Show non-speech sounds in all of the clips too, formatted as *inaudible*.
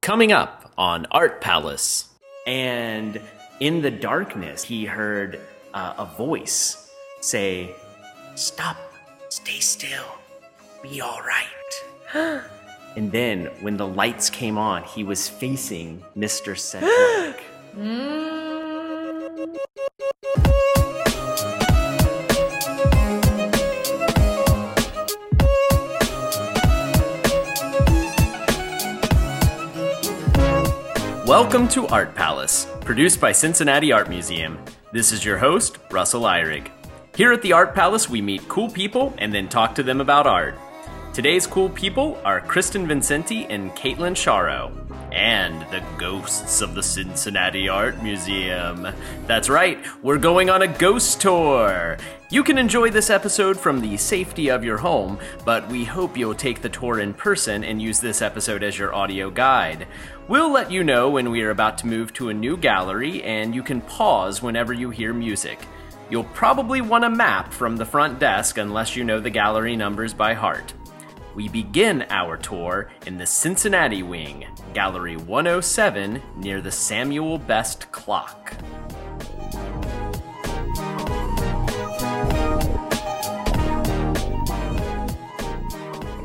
Coming up on Art Palace. And in the darkness, he heard uh, a voice say, Stop, stay still, be all *gasps* right. and then when the lights came on, he was facing Mr. Cedric. *gasps* Welcome to Art Palace, produced by Cincinnati Art Museum. This is your host, Russell Eyrig. Here at the Art Palace, we meet cool people and then talk to them about art. Today's cool people are Kristen Vincenti and Caitlin Sharo, and the ghosts of the Cincinnati Art Museum. That's right, we're going on a ghost tour. You can enjoy this episode from the safety of your home, but we hope you'll take the tour in person and use this episode as your audio guide. We'll let you know when we are about to move to a new gallery, and you can pause whenever you hear music. You'll probably want a map from the front desk unless you know the gallery numbers by heart. We begin our tour in the Cincinnati Wing, Gallery 107, near the Samuel Best Clock.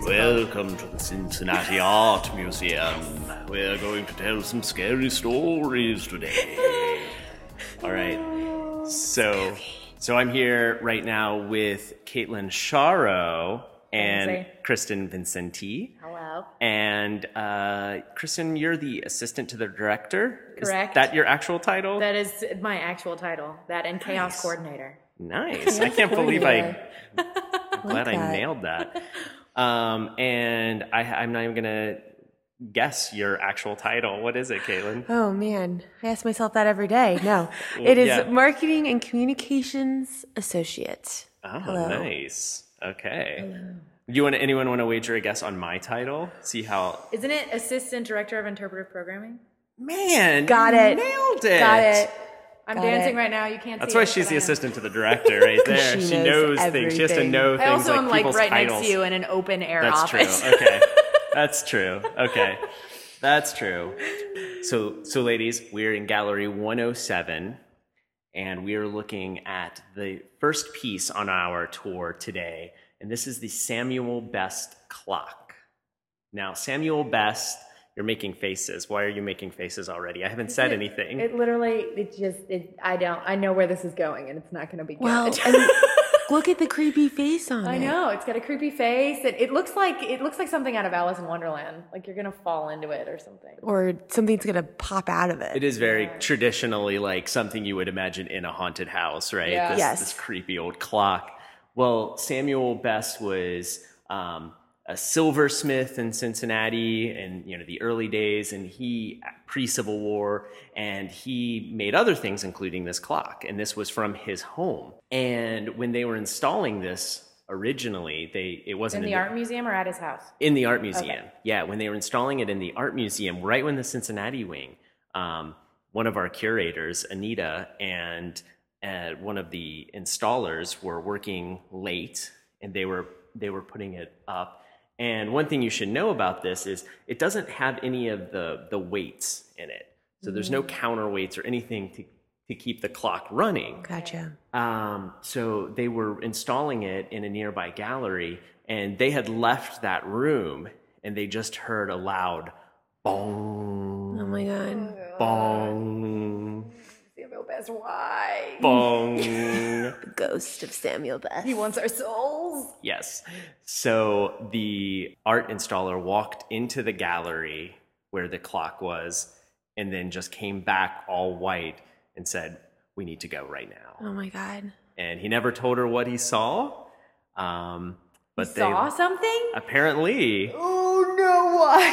Welcome to the Cincinnati Art Museum. We're going to tell some scary stories today. All right. So, so I'm here right now with Caitlin Sharo and Lindsay. Kristen Vincenti. Hello. And uh, Kristen, you're the assistant to the director. Is Correct. that your actual title? That is my actual title. That and chaos coordinator. nice. I can't believe I. I'm glad I that. nailed that. Um, and I, I'm not even gonna guess your actual title. What is it, Caitlin? Oh man, I ask myself that every day. No, it is yeah. marketing and communications associate. Oh, Hello. nice. Okay. You want anyone want to wager a guess on my title? See how Isn't it assistant director of interpretive programming? man Got you it. nailed it Got it. I'm Got dancing it. right now. You can't That's see why it, she's but the I am. assistant *laughs* to the director right there. She she knows knows things. She has to everything. know things I also like am like people's right titles. next to you in an open air That's office. true. *laughs* Okay. That's true. *laughs* Okay. That's true. So so ladies, we're in gallery 107 and we are looking at the first piece on our tour today. And this is the Samuel Best clock. Now, Samuel Best, you're making faces. Why are you making faces already? I haven't *laughs* said anything. It literally, it just, it, I don't, I know where this is going and it's not going to be good. Well, *laughs* and look at the creepy face on I it. know it's got a creepy face. It, it looks like it looks like something out of Alice in Wonderland. Like you're gonna fall into it or something. Or something's gonna pop out of it. It is very traditionally like something you would imagine in a haunted house, right? Yeah. This, Yes. this creepy old clock. Well, Samuel Best was um, a silversmith in Cincinnati in you know the early days, and he pre Civil War, and he made other things, including this clock, and this was from his home. And when they were installing this originally, they it In wasn't the art museum or at his house? in the art museum. Yeah, when they were installing it in the art museum, right when the Cincinnati wing, um, one of our curators, Anita, and uh, one of the installers were working late, and they were they were putting it up. And one thing you should know about this is it doesn't have any of the the weights in it, so there's no counterweights or anything to to keep the clock running. Gotcha. Um, so they were installing it in a nearby gallery, and they had left that room, and they just heard a loud bong, Oh my god. bong, Samuel Best, why? bong. *laughs* The ghost of Samuel Best. He wants our souls. yes. So the art installer walked into the gallery where the clock was, and then just came back all white and said, "We need to go right now." Oh my god. And he never told her what he saw. Um, but they Saw something? Apparently,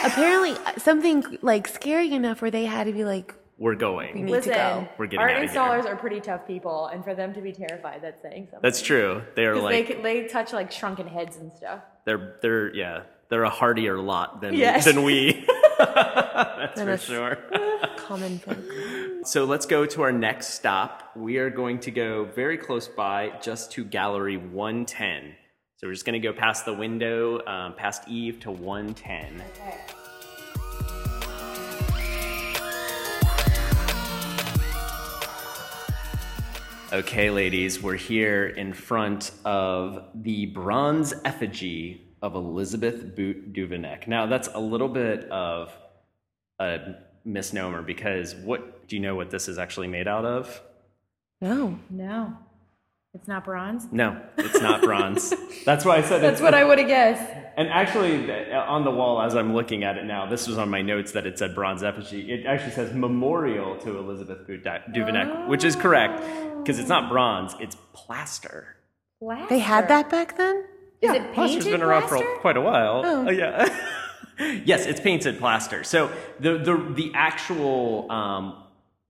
Apparently uh, something like scary enough where they had to be like, we're we going. need Listen, to go. We're getting art outta here. installers are pretty tough people, and for them to be terrified, that's saying something. That's true. They're 'Cause like they, c- they touch like shrunken heads and stuff. they're they're yeah they're a hardier lot than Yes. than *laughs* we. That's Than for us. sure. Common folk. So let's go to our next stop. We are going to go very close by, just to Gallery 110. So we're just going to go past the window, um, past Eve to 110. Okay. Okay, ladies, we're here in front of the bronze effigy of Elizabeth Boot Duvenek. Now, that's a little bit of a misnomer because what do you know what this is actually made out of? No. No, it's not bronze. No, it's not bronze. *laughs* that's why I said That's it's. what I would have guessed. And actually, th- on the wall as I'm looking at it now, this was on my notes that it said bronze effigy. It actually says memorial to Elizabeth Boot Du- Duvenek, which is correct because it's Oh. not bronze, it's plaster. They had that back then? Is it painted Plaster's been around for plaster? quite a while. Oh. yeah. *laughs* yes, it's painted plaster. So the the the actual um,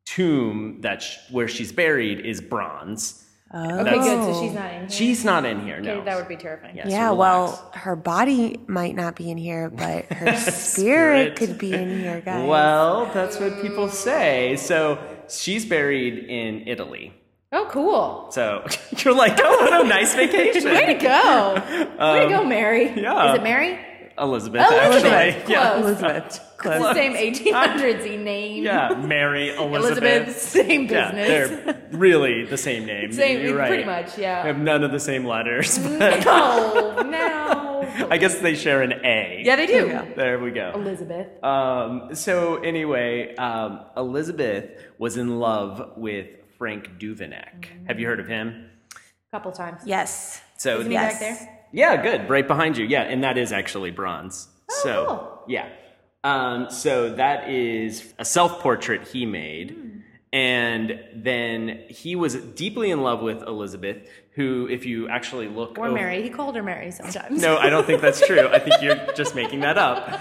tomb that sh- where she's buried is bronze. Oh. Okay, good. So she's not in here. She's not in here. No, Okay, that would be terrifying. Yes, Yeah, relax. well, her body might not be in *laughs* here, but her spirit could be in here, guys. Well, that's what people say. So she's buried in Italy. Oh, cool. So *laughs* you're like, oh, what a nice vacation. Way to *laughs* go. Way to go, Mary. Um, yeah. Is it Mary? Elizabeth. Elizabeth. actually. Yeah. Close. Elizabeth. It's the same 1800s y *laughs* name. yeah. Mary Elizabeth. Elizabeth, same Yeah, business. they're really the same name. *laughs* *laughs* Same, You're right. pretty much, They *laughs* yeah. have none of the same letters, *laughs* but No, *laughs* no. I guess they share an A. Yeah, they do. There we go. Elizabeth. Um, so anyway, um, Elizabeth was in love with Frank Duvenek. Have you heard of him? couple times. Yes. So Isn't he Yes. back there? Yeah, good. Right behind you. Yeah, and that is actually bronze. Oh, so, cool. yeah. Um, so that is a self portrait he made. Hmm. And then he was deeply in love with Elizabeth, who, if you actually look. Or over- Mary. He called her Mary sometimes. No, I don't think that's true. I think you're just making that up.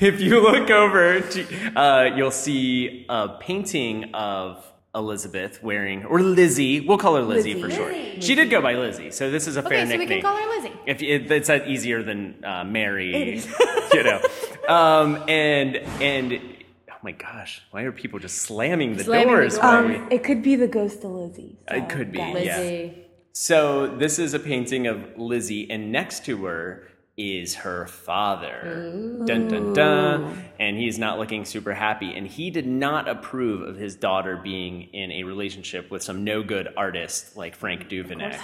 If you look over, to, uh, you'll see a painting of Elizabeth wearing, or Lizzie. We'll call her Lizzie, for Lizzie. short. She did go by Lizzie, so this is a fair *laughs* Okay, so we nickname can call her Lizzie. if it, it's that easier than uh, Mary, *laughs* you know. Um, and and oh my gosh, why are people just slamming the Slamming the doors? door. while we- Um, it could be the ghost of Lizzie. so, it could be, guys. yeah. Lizzie. So this is a painting of Lizzie, and next to her is her father. Dun dun dun. And he's not looking super happy. And he did not approve of his daughter being in a relationship with some no good artist like Frank Duvenek.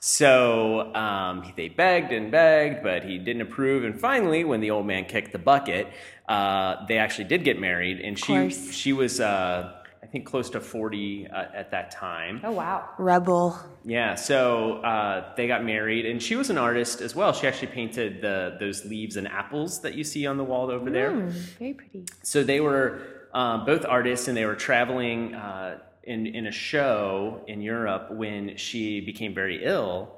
So um, they begged and begged, but he didn't approve. And finally, when the old man kicked the bucket, uh, they actually did get married. And she course. she was, uh, I think, close to forty uh, at that time. Oh, wow. Rebel. Yeah, so uh, they got married, and she was an artist as well. She actually painted the those leaves and apples that you see on the wall over there. Very pretty. So they were uh, both artists, and they were traveling uh, in in a show in Europe when she became very ill,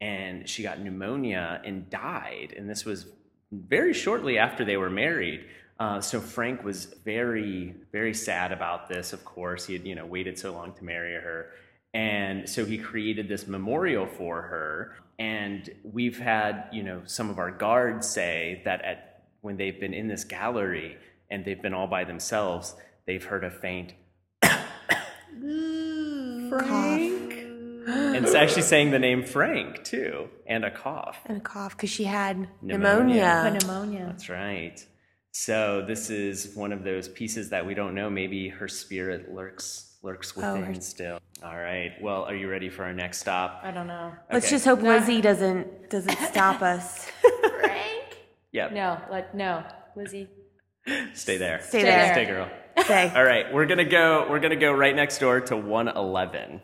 and she got pneumonia and died. And this was very shortly after they were married. Uh, so Frank was very very sad about this. Of course, he had you know waited so long to marry her. And so he created this memorial for her. And we've had, you know, some of our guards say that at when they've been in this gallery and they've been all by themselves, they've heard a faint. *gasps* Cough And it's actually saying the name Frank too, and a cough. and a cough because she had Pneumonia. pneumonia. Uh, pneumonia. That's right. So this is one of those pieces that we don't know. Maybe her spirit lurks lurks her- within still. All right. Well, are you ready for our next stop? I don't know. Let's Okay. just hope Lizzie doesn't doesn't *laughs* stop us. Frank? Yeah. No, like, no. Lizzie. Stay there. Stay there. Stay, girl. Okay. All right, we're gonna go. We're gonna go right next door to 111.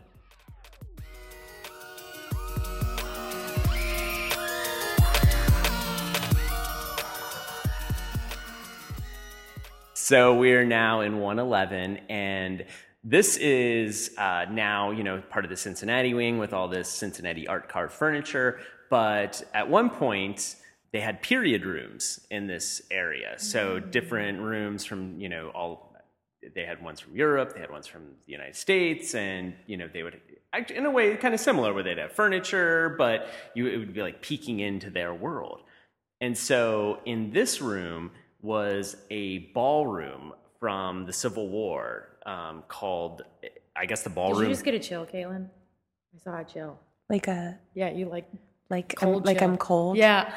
So we're now in 111, and this is uh, now you know part of the Cincinnati wing with all this Cincinnati art car furniture. But at one point, they had period rooms in this area, so different rooms from you know all. They had ones from Europe, they had ones from the United States, and you know they would act in a way kind of similar where they'd have furniture, but you it would be like peeking into their world. And so in this room was a ballroom from the Civil War um, called, I guess the Did ballroom. you just get a chill, Caitlin? I saw a chill. Like a Yeah, you like. like Cold I'm, like chill. I'm cold. Yeah.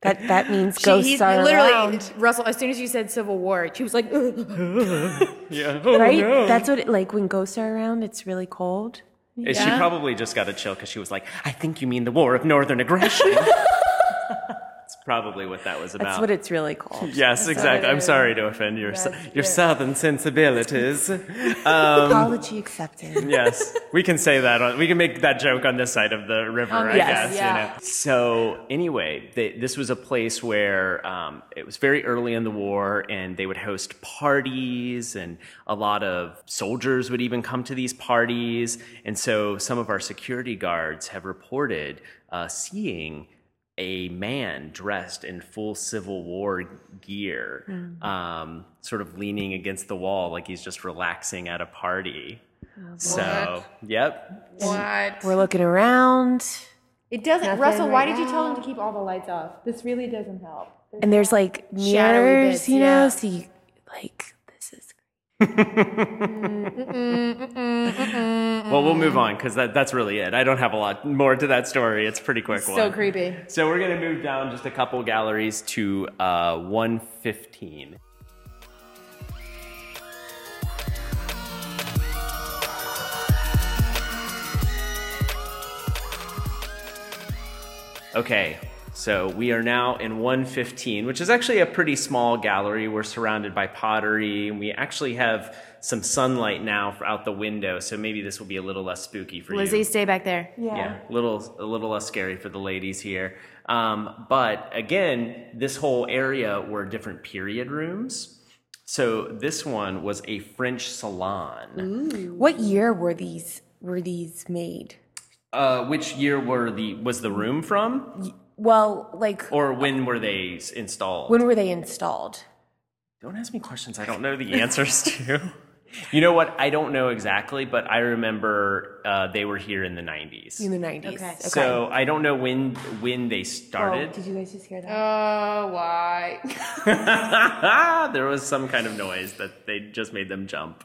That that means She, ghosts he's are literally, around. Russell, as soon as you said Civil War, she was like, yeah. *laughs* Oh, Right? That's what it, like when ghosts are around. It's really cold. And She Yeah. probably just got a chill because she was like, I think you mean the War of Northern *laughs* Aggression. That's probably what that was about. That's what it's really called. yes, exactly. I'm is. sorry to offend your, That's your it. southern sensibilities. *laughs* Um, Apology accepted. yes, we can say that. On, we can make that joke on this side of the river, I Um, yes, guess. yeah. You know. So anyway, th this was a place where um, it was very early in the war, and they would host parties, and a lot of soldiers would even come to these parties. And so some of our security guards have reported uh, seeing a man dressed in full Civil War gear, Hmm. um, sort of leaning against the wall like he's just relaxing at a party. so, yep. What? We're looking around, It doesn't. Russell, right why did you tell him to keep all the lights off? This really doesn't help. and there's like Shadowy mirrors, bits, you know. yeah. So you like this is Well, we'll move on because that, that's really it. I don't have a lot more to that story. It's a pretty quick one. So creepy. So we're gonna move down just a couple galleries to uh, 115. Okay, so we are now in 115, which is actually a pretty small gallery. We're surrounded by pottery, and we actually have some sunlight now out the window. So maybe this will be a little less spooky for you Lizzie, stay back there. yeah, a little a little less scary for the ladies here. Um, but again, this whole area were different period rooms. So this one was a French salon. What year were these were these made? Uh, which year were the was the room from, Well, like or when were they s- installed? when were they installed? don't ask me questions I don't know the answers *laughs* to. You know what? I don't know exactly, but I remember uh, they were here in the '90s. In the 90s. Okay. So I don't know when when they Oh, started. did you guys just hear that? Oh, why? *laughs* there was some kind of noise that they just made them jump.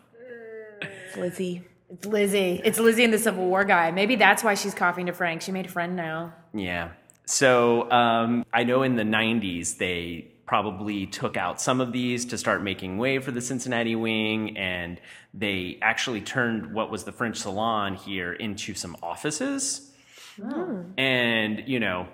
Uh, Lizzie. It's Lizzie. It's Lizzie and the Civil War guy. Maybe that's why she's coughing to Frank. She made a friend now. Yeah. So um, I know in the 90s, they probably took out some of these to start making way for the Cincinnati wing, and they actually turned what was the French salon here into some offices. And, you know,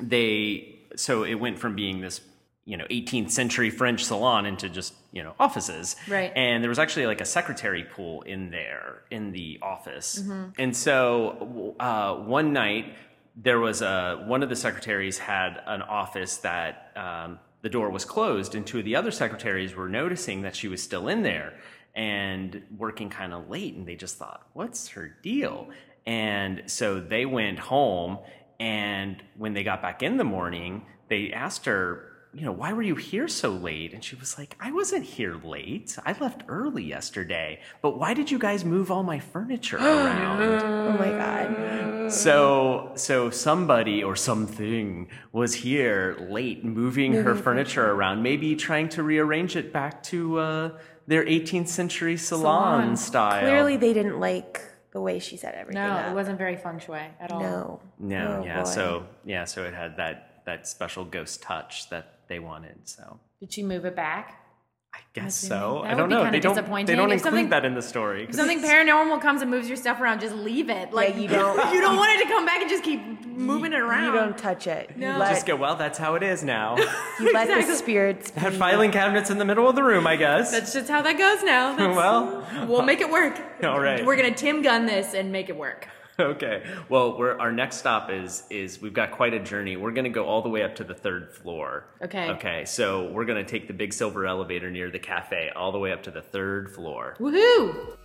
they, so it went from being this, you know, 18th century French salon into just, you know, offices. Right. And there was actually like a secretary pool in there in the office. And so uh, one night there was a one of the secretaries had an office that um, the door was closed, and two of the other secretaries were noticing that she was still in there and working kind of late, and they just thought, "What's her deal?" And so they went home, and when they got back in the morning, they asked her, you know, why were you here so late? And she was like, I wasn't here late. I left early yesterday. But why did you guys move all my furniture around? Oh my god. so, so somebody or something was here late moving her furniture around, maybe trying to rearrange it back to uh, their 18th century salon, style. Clearly they didn't like the way she said everything. No, up. it wasn't very feng shui at all. No. No, Oh, yeah. boy. So, yeah, so it had that that special ghost touch that they wanted. So, Did she move it back? I guess so. That I would don't be know. kinda They don't. They disappointing don't if include something- that in the story. 'cause If *laughs* something paranormal comes and moves your stuff around, just leave it. Like you *laughs* don't- You don't want it to come back and just keep moving it around. You don't touch it. You let, Just go. Well, that's how it *laughs* is now. you let the spirits be. Had filing cabinets in the middle of the room, I guess. *laughs* That's just how that goes *laughs* now. That's- *laughs* well, we'll make it work. All right. We're gonna Tim gun this and make it work. okay. Well, we're, our next stop is is we've got quite a journey. We're going to go all the way up to the third floor. Okay. Okay. So we're going to take the big silver elevator near the cafe all the way up to the third floor. Woohoo!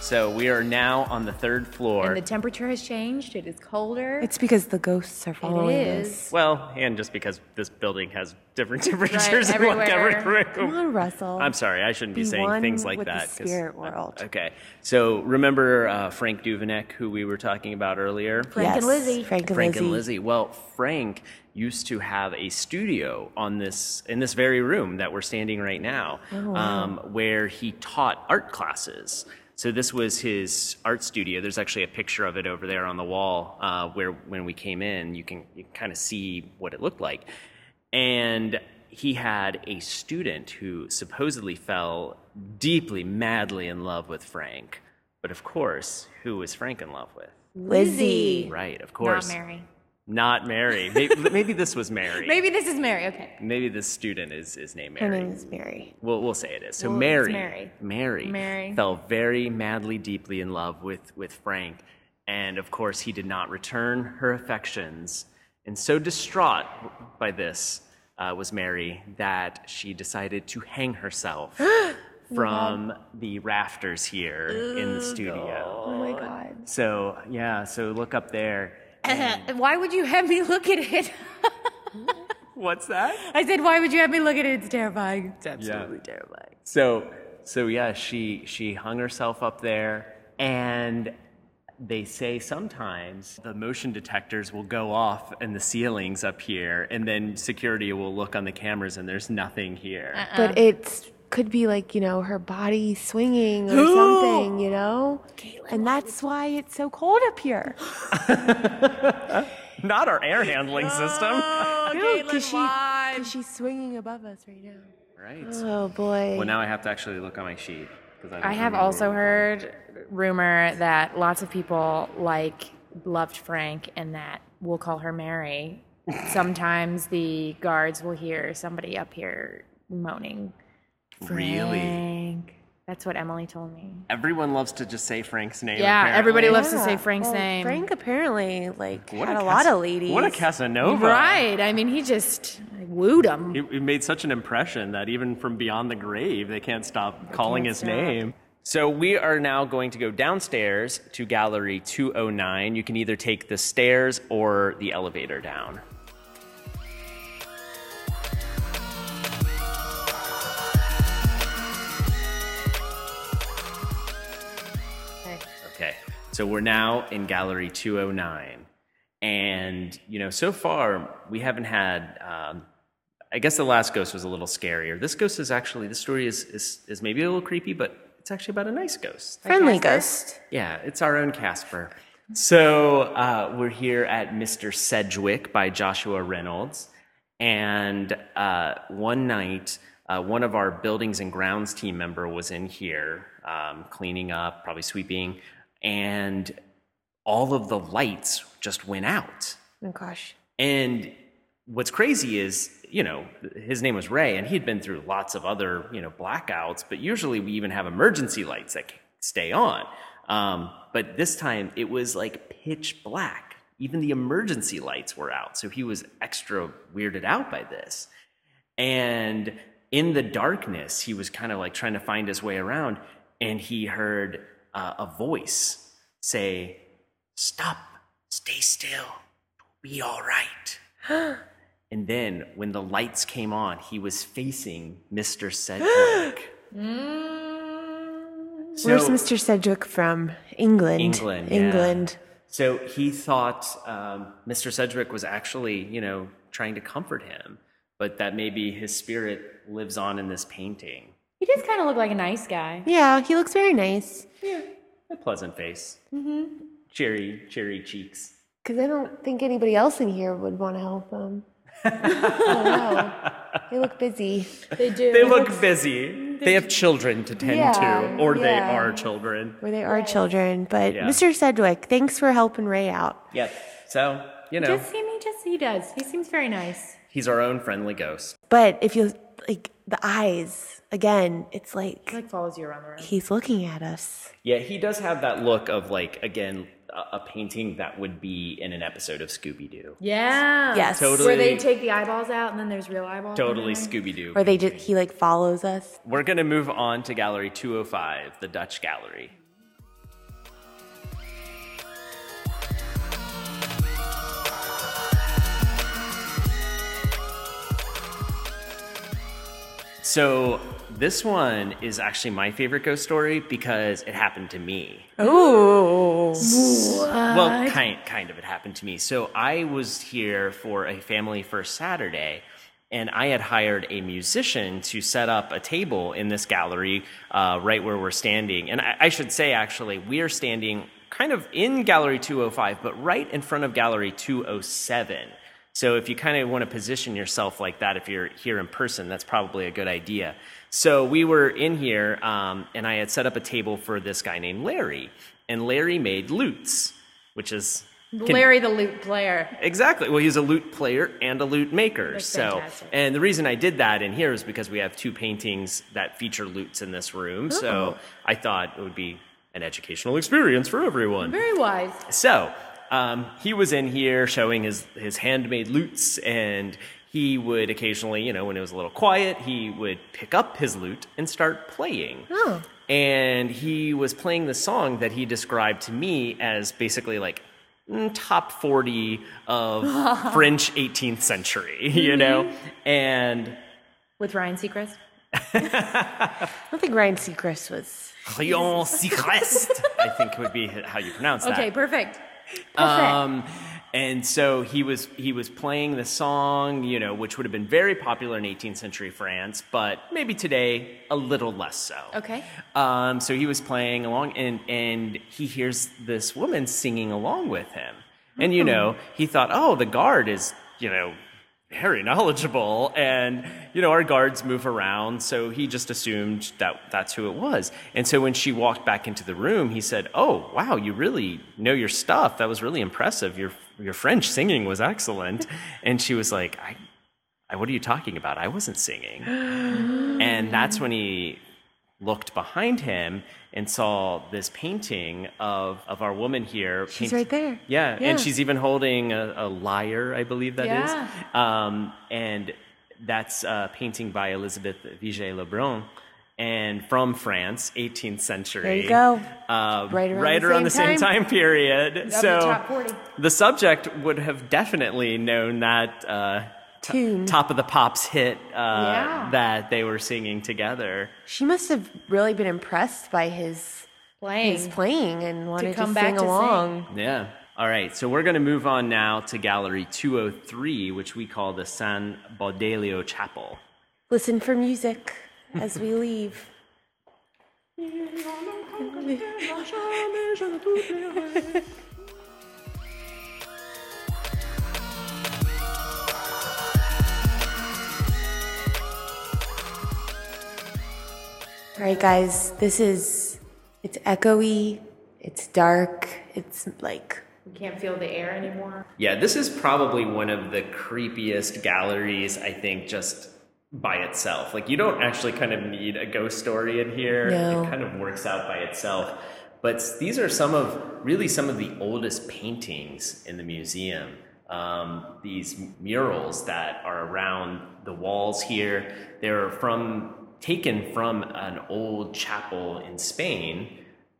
So we are now on the third floor. And the temperature has changed. It is colder. *laughs* It's because the ghosts are it following us. is. well, and just because this building has different *laughs* temperatures in one everywhere. every room. Come on, Russell. I'm sorry, I shouldn't be, Be saying one things like with the that. 'cause- spirit world. Okay, so remember uh, Frank Duvenek, who we were talking about earlier? Frank and Lizzie. Frank and Frank Lizzie. and Lizzie. Well, Frank used to have a studio on this in this very room that we're standing right now, Oh, um, where he taught art classes. So this was his art studio. There's actually a picture of it over there on the wall, uh, where when we came in, you can you can kind of see what it looked like. And he had a student who supposedly fell deeply, madly in love with Frank. But of course, who was Frank in love with? Lizzie. Right, of Not course. Mary. Not *laughs* Mary. May- Maybe, this was Mary. Maybe, Maybe this is Mary. Okay. *laughs* this student is, is named Her Mary. name is Mary. We'll, we'll say it is. So Mary, Mary. Mary, Mary. fell very madly, deeply in love with, with Frank. And of course, he did not return her affections. And so distraught by this uh, was Mary that she decided to hang *gasps* herself from the rafters here in the studio. Oh my God. So, yeah, so look up there. Why would you have me look at it? *laughs* What's that? I said, why would you have me look at it? It's terrifying. It's absolutely terrifying. So so yeah, she she hung herself up there and they say sometimes the motion detectors will go off in the ceilings up here and then security will look on the cameras and there's nothing here. Uh, Um, But it's could be like you know her body swinging *gasps* or something, you know. and that's why it's so cold up *laughs* here. Not our air handling system. because she, 'cause she's swinging above us right now. Right. Oh boy. Well now I have to actually look on my sheet because I, don't I have remember also where- heard rumor that lots of people like loved Frank and that we'll call her Mary. *laughs* Sometimes the guards will hear somebody up here moaning. Really? Frank. That's what Emily told me. Everyone loves to just say Frank's name. Yeah, apparently. everybody loves to Yeah. say Frank's Well, name. Frank apparently like What had a, Cas- lot of ladies. What a Casanova. Right. I mean, he just wooed him. He he made such an impression that even from beyond the grave, they can't stop calling his name. So we are now going to go downstairs to gallery 209. You can either take the stairs or the elevator down. Okay. So we're now in gallery 209. And, you know, so far we haven't had, um, I guess the last ghost was a little scarier. This ghost is actually, this story is, is, is maybe a little creepy, but it's actually about a nice ghost. friendly ghost. Yeah, it's our own Casper. So uh, we're here at Mr. Sedgwick by Joshua Reynolds. And uh, one night, uh, one of our buildings and grounds team member was in here um, cleaning up, probably sweeping, and all of the lights just went out. Oh gosh. And what's crazy is, you know, his name was Ray, and he'd been through lots of other, you know, blackouts, but usually we even have emergency lights that stay on. Um, but this time it was like pitch black. Even the emergency lights were out. So he was extra weirded out by this. And in the darkness, he was kind of like trying to find his way around, and he heard uh, a voice say, Stop, stay still, be all right. and then when the lights came on, he was facing Mr. Sedgwick. So- Where's Mr. Sedgwick from? England. England, yeah. England. So he thought um, Mr. Sedgwick was actually, you know, trying to comfort him, but that maybe his spirit lives on in this painting. He does kind of look like a nice guy. Yeah, he looks very nice. A pleasant face. Mm-hmm. Cheery, cheery cheeks. Because I don't think anybody else in here would want to help him. *laughs* I don't know. They look busy. They do. They look busy. They have children to tend Yeah, to, or they yeah. are children. Where they are children. But Yeah. Mr. Sedgwick, thanks for helping Ray out. Yep. So, you know, Does seem he just he does. He seems very nice. he's our own friendly ghost. But if you like the eyes, again, it's like, Like follows you around the room. he's looking at us. Yeah, he does have that look of, like, again, a, a painting that would be in an episode of Scooby Doo. Yeah. Yes. Totally. Where they take the eyeballs out and then there's real eyeballs. Totally Scooby Doo. Or they just he like follows us. We're going to move on to Gallery 205, the Dutch Gallery. So, this one is actually my favorite ghost story because it happened to me. Well, kind kind of it happened to me. So I was here for a family first Saturday, and I had hired a musician to set up a table in this gallery uh, right where we're standing. And I, I should say, actually, we are oh standing kind of in Gallery 205, but right in front of Gallery 207. So if you kind of want to position yourself like that, if you're here in person, that's probably a good idea. So we were in here, um, and I had set up a table for this guy named Larry, and Larry made lutes, which is Larry the loot player. Exactly. Well, he's a lute player and a lute maker. That's so, fantastic. and the reason I did that in here is because we have two paintings that feature lutes in this room. So, I thought it would be an educational experience for everyone. Very wise. So, um, he was in here showing his his handmade lutes, and he would occasionally, you know, when it was a little quiet, he would pick up his lute and start playing. Oh. And he was playing the song that he described to me as basically like mm, top 40 of French 18th century, you know? And With Ryan Seacrest? I don't think Ryan Seacrest was. Rion Seacrest, I think would be how you pronounce that. Okay, perfect. Um, and so he was he was playing the song, you know, which would have been very popular in 18th century France, but maybe today a little less so. Okay. Um, so he was playing along, and and he hears this woman singing along with him, and you know he thought, oh, the guard is you know very knowledgeable, and you know our guards move around, so he just assumed that that's who it was. And so when she walked back into the room, he said, oh wow, you really know your stuff. That was really impressive. Your your French singing was excellent, and she was like, I, I what are you talking about? I wasn't *gasps* singing. And that's when he looked behind him and saw this painting of, of our woman here. She's right there. Yeah, Yeah. and she's even holding a, a lyre, I believe that is. Yeah. Um, and that's a painting by Elizabeth Vigée Lebrun and from France, 18th century. There you go. Um, Right around around the same the same time. time, period. so top 40. the subject would have definitely known that uh, t- Tune. top of the pops hit uh, Yeah. that they were singing together. She must have really been impressed by his his Playing. playing and wanted to, come back sing to sing. along. Yeah. All right. So we're going to move on now to Gallery 203, which we call the San Baudelio Chapel. Listen for music as we leave. All right, guys, this is it's echoey, it's dark, it's like You can't feel the air anymore. Yeah, this is probably one of the creepiest galleries, I think, just by itself. Like, you don't actually kind of need a ghost story in here, No. it kind of works out by itself. But s- these are some of really some of the oldest paintings in the museum. Um, these murals that are around the walls here, they're from taken from an old chapel in Spain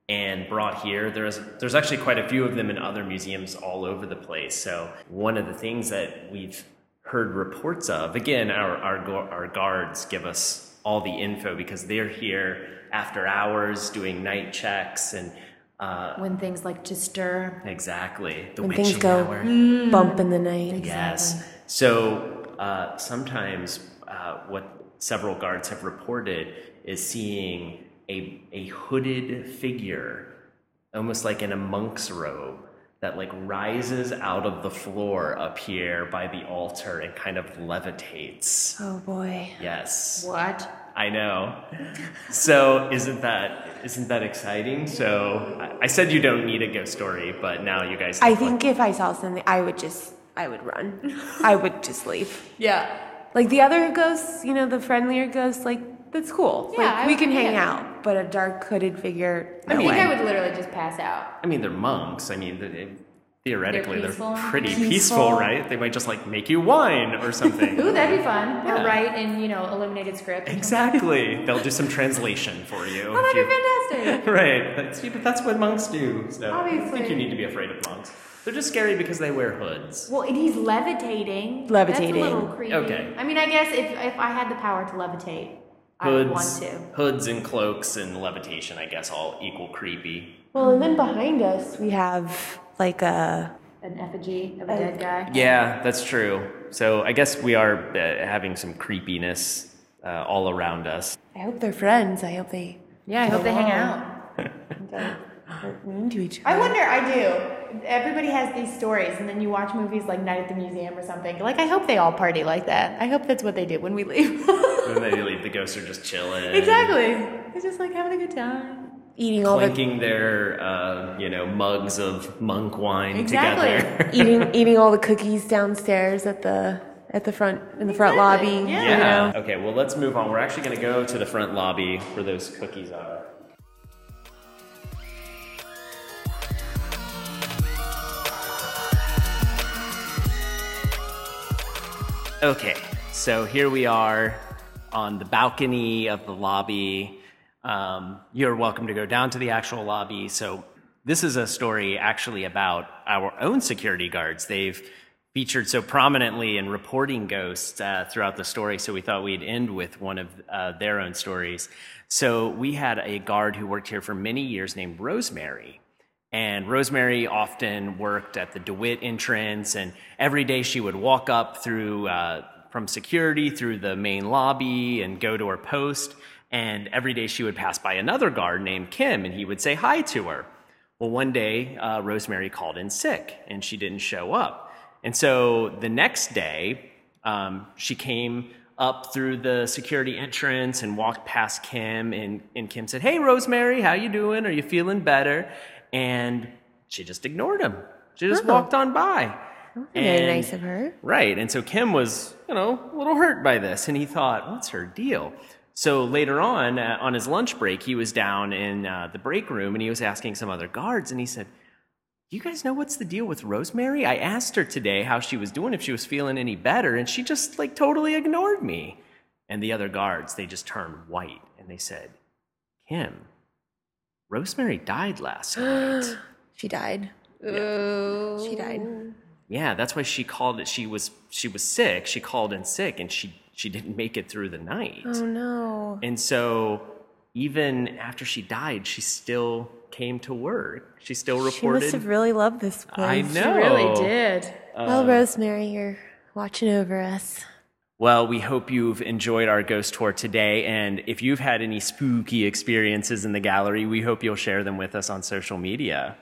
and brought here. There's there's actually quite a few of them in other museums all over the place. So one of the things that we've heard reports of, again, our our gu- our guards give us all the info because they're here after hours doing night checks and uh, When things like disturb. exactly the when witching things go hour. bump in the night. Yes. So uh, sometimes uh, what several guards have reported is seeing a, a hooded figure, almost like in a monk's robe, that like rises out of the floor up here by the altar and kind of levitates. Oh boy. Yes. What? I know. So isn't that isn't that exciting? So I- I said you don't need a ghost story, but now you guys. I look like- think if I saw something, I would just, I would *laughs* run. I would just leave. Yeah. Like the other ghosts, you know, the friendlier ghosts, like that's cool. Yeah, like, I we would- can hang yeah. out. But a dark hooded figure, I no think way. I would literally just pass out. I mean, they're monks. I mean, they- theoretically, they're, peaceful. pretty peaceful. Peaceful. right? They might just like make you wine or *laughs* something. Ooh, that'd be fun. Or write in, you know, illuminated script. exactly. They'll do some translation for you. Oh, if that'd be you- *laughs* fantastic. right. That's, yeah, but that's what monks do. So I don't think Obviously. you need to be afraid of monks. They're just scary because they wear hoods. Well, and he's levitating. Levitating. That's a little creepy. Okay. I mean, I guess if, if I had the power to levitate, I would want Hoods, to. hoods and cloaks and levitation, I guess, all equal creepy. Well, and then behind us we have like a An effigy of a dead guy. Yeah, that's true. So I guess we are uh, having some creepiness uh, all around us. I hope they're friends. I hope they Yeah, I hope they hang out. are mean to each other. I wonder, I do. everybody has these stories, and then you watch movies like Night at the Museum or something. Like, I hope they all party like that. I hope that's what they did when we leave. *laughs* When they leave, the ghosts are just chilling, exactly. It's just like having a good time. Eating all the clinking their uh, you know mugs of monk wine Exactly. *laughs* together. *laughs* *laughs* eating eating all the cookies downstairs at the at the front in the front Exactly, lobby. yeah. You know? Yeah. Okay, well, let's move on. We're actually going to go to the front lobby where those cookies are. Okay, so here we are on the balcony of the lobby. Um, you're welcome to go down to the actual lobby. So, this is a story actually about our own security guards. They've featured so prominently in reporting ghosts uh, throughout the story, so we thought we'd end with one of uh, their own stories. So, we had a guard who worked here for many years named Rosemary. And Rosemary often worked at the DeWitt entrance, and every day she would walk up through uh, from security through the main lobby and go to her post. And every day she would pass by another guard named Kim, and he would say hi to her. Well, one day uh, Rosemary called in sick, and she didn't show up. And so the next day, um, she came up through the security entrance and walked past Kim, and, and Kim said, "Hey, Rosemary, how you doing? Are you feeling better?" And she just ignored him. She just walked on by. Very And- nice of her. Right. And so Kim was, you know, a little hurt by this. And he thought, what's her deal? So later on, uh, on his lunch break, he was down in uh, the break room and he was asking some other guards. And he said, Do you guys know what's the deal with Rosemary? I asked her today how she was doing, if she was feeling any better. And she just like totally ignored me. And the other guards, they just turned white and they said, Kim, Rosemary died last night. She died. She died. Yeah, that's why she called it. She was she was sick. She called in sick, and she she didn't make it through the night. Oh no. And so, even after she died, she still came to work. She still She must reported. have really loved this place. I know. Really did. Well, Rosemary, you're watching over us. Well, we hope you've enjoyed our ghost tour today. And if you've had any spooky experiences in the gallery, we hope you'll share them with us on social media.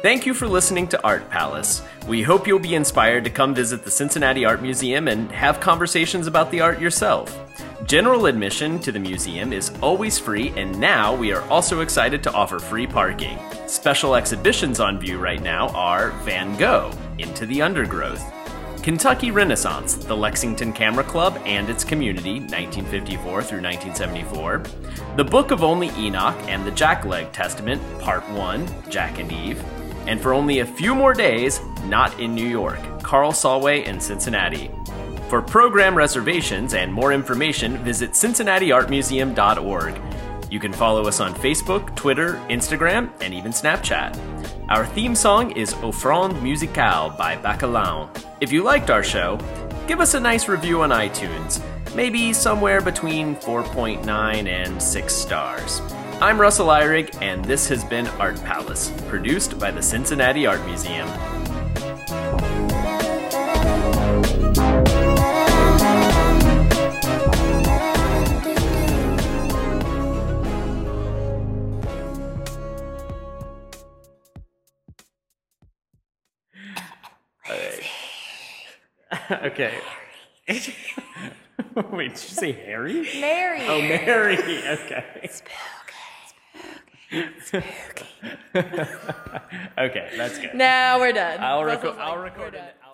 Thank you for listening to Art Palace. We hope you'll be inspired to come visit the Cincinnati Art Museum and have conversations about the art yourself. General admission to the museum is always free, and now we are also excited to offer free parking. Special exhibitions on view right now are Van Gogh, Into the Undergrowth, Kentucky Renaissance, the Lexington Camera Club and its community, 1954 through 1974. The Book of Only Enoch and the Jackleg Testament, Part 1, Jack and Eve. And for only a few more days, not in New York, Carl Solway and Cincinnati. For program reservations and more information, visit cincinnatiartmuseum.org. You can follow us on Facebook, Twitter, Instagram, and even Snapchat. Our theme song is Offrande Musicale by Bacalao. If you liked our show, give us a nice review on iTunes, maybe somewhere between 4.9 and 6 stars. I'm Russell Eyrig, and this has been Art Palace, produced by the Cincinnati Art Museum. *laughs* Okay. *laughs* Wait, did you say Harry? Mary. Oh, Mary. *laughs* Okay. okay, that's good. *laughs* Now we're done. I'll record. Russell's like, I'll "We're record done." it.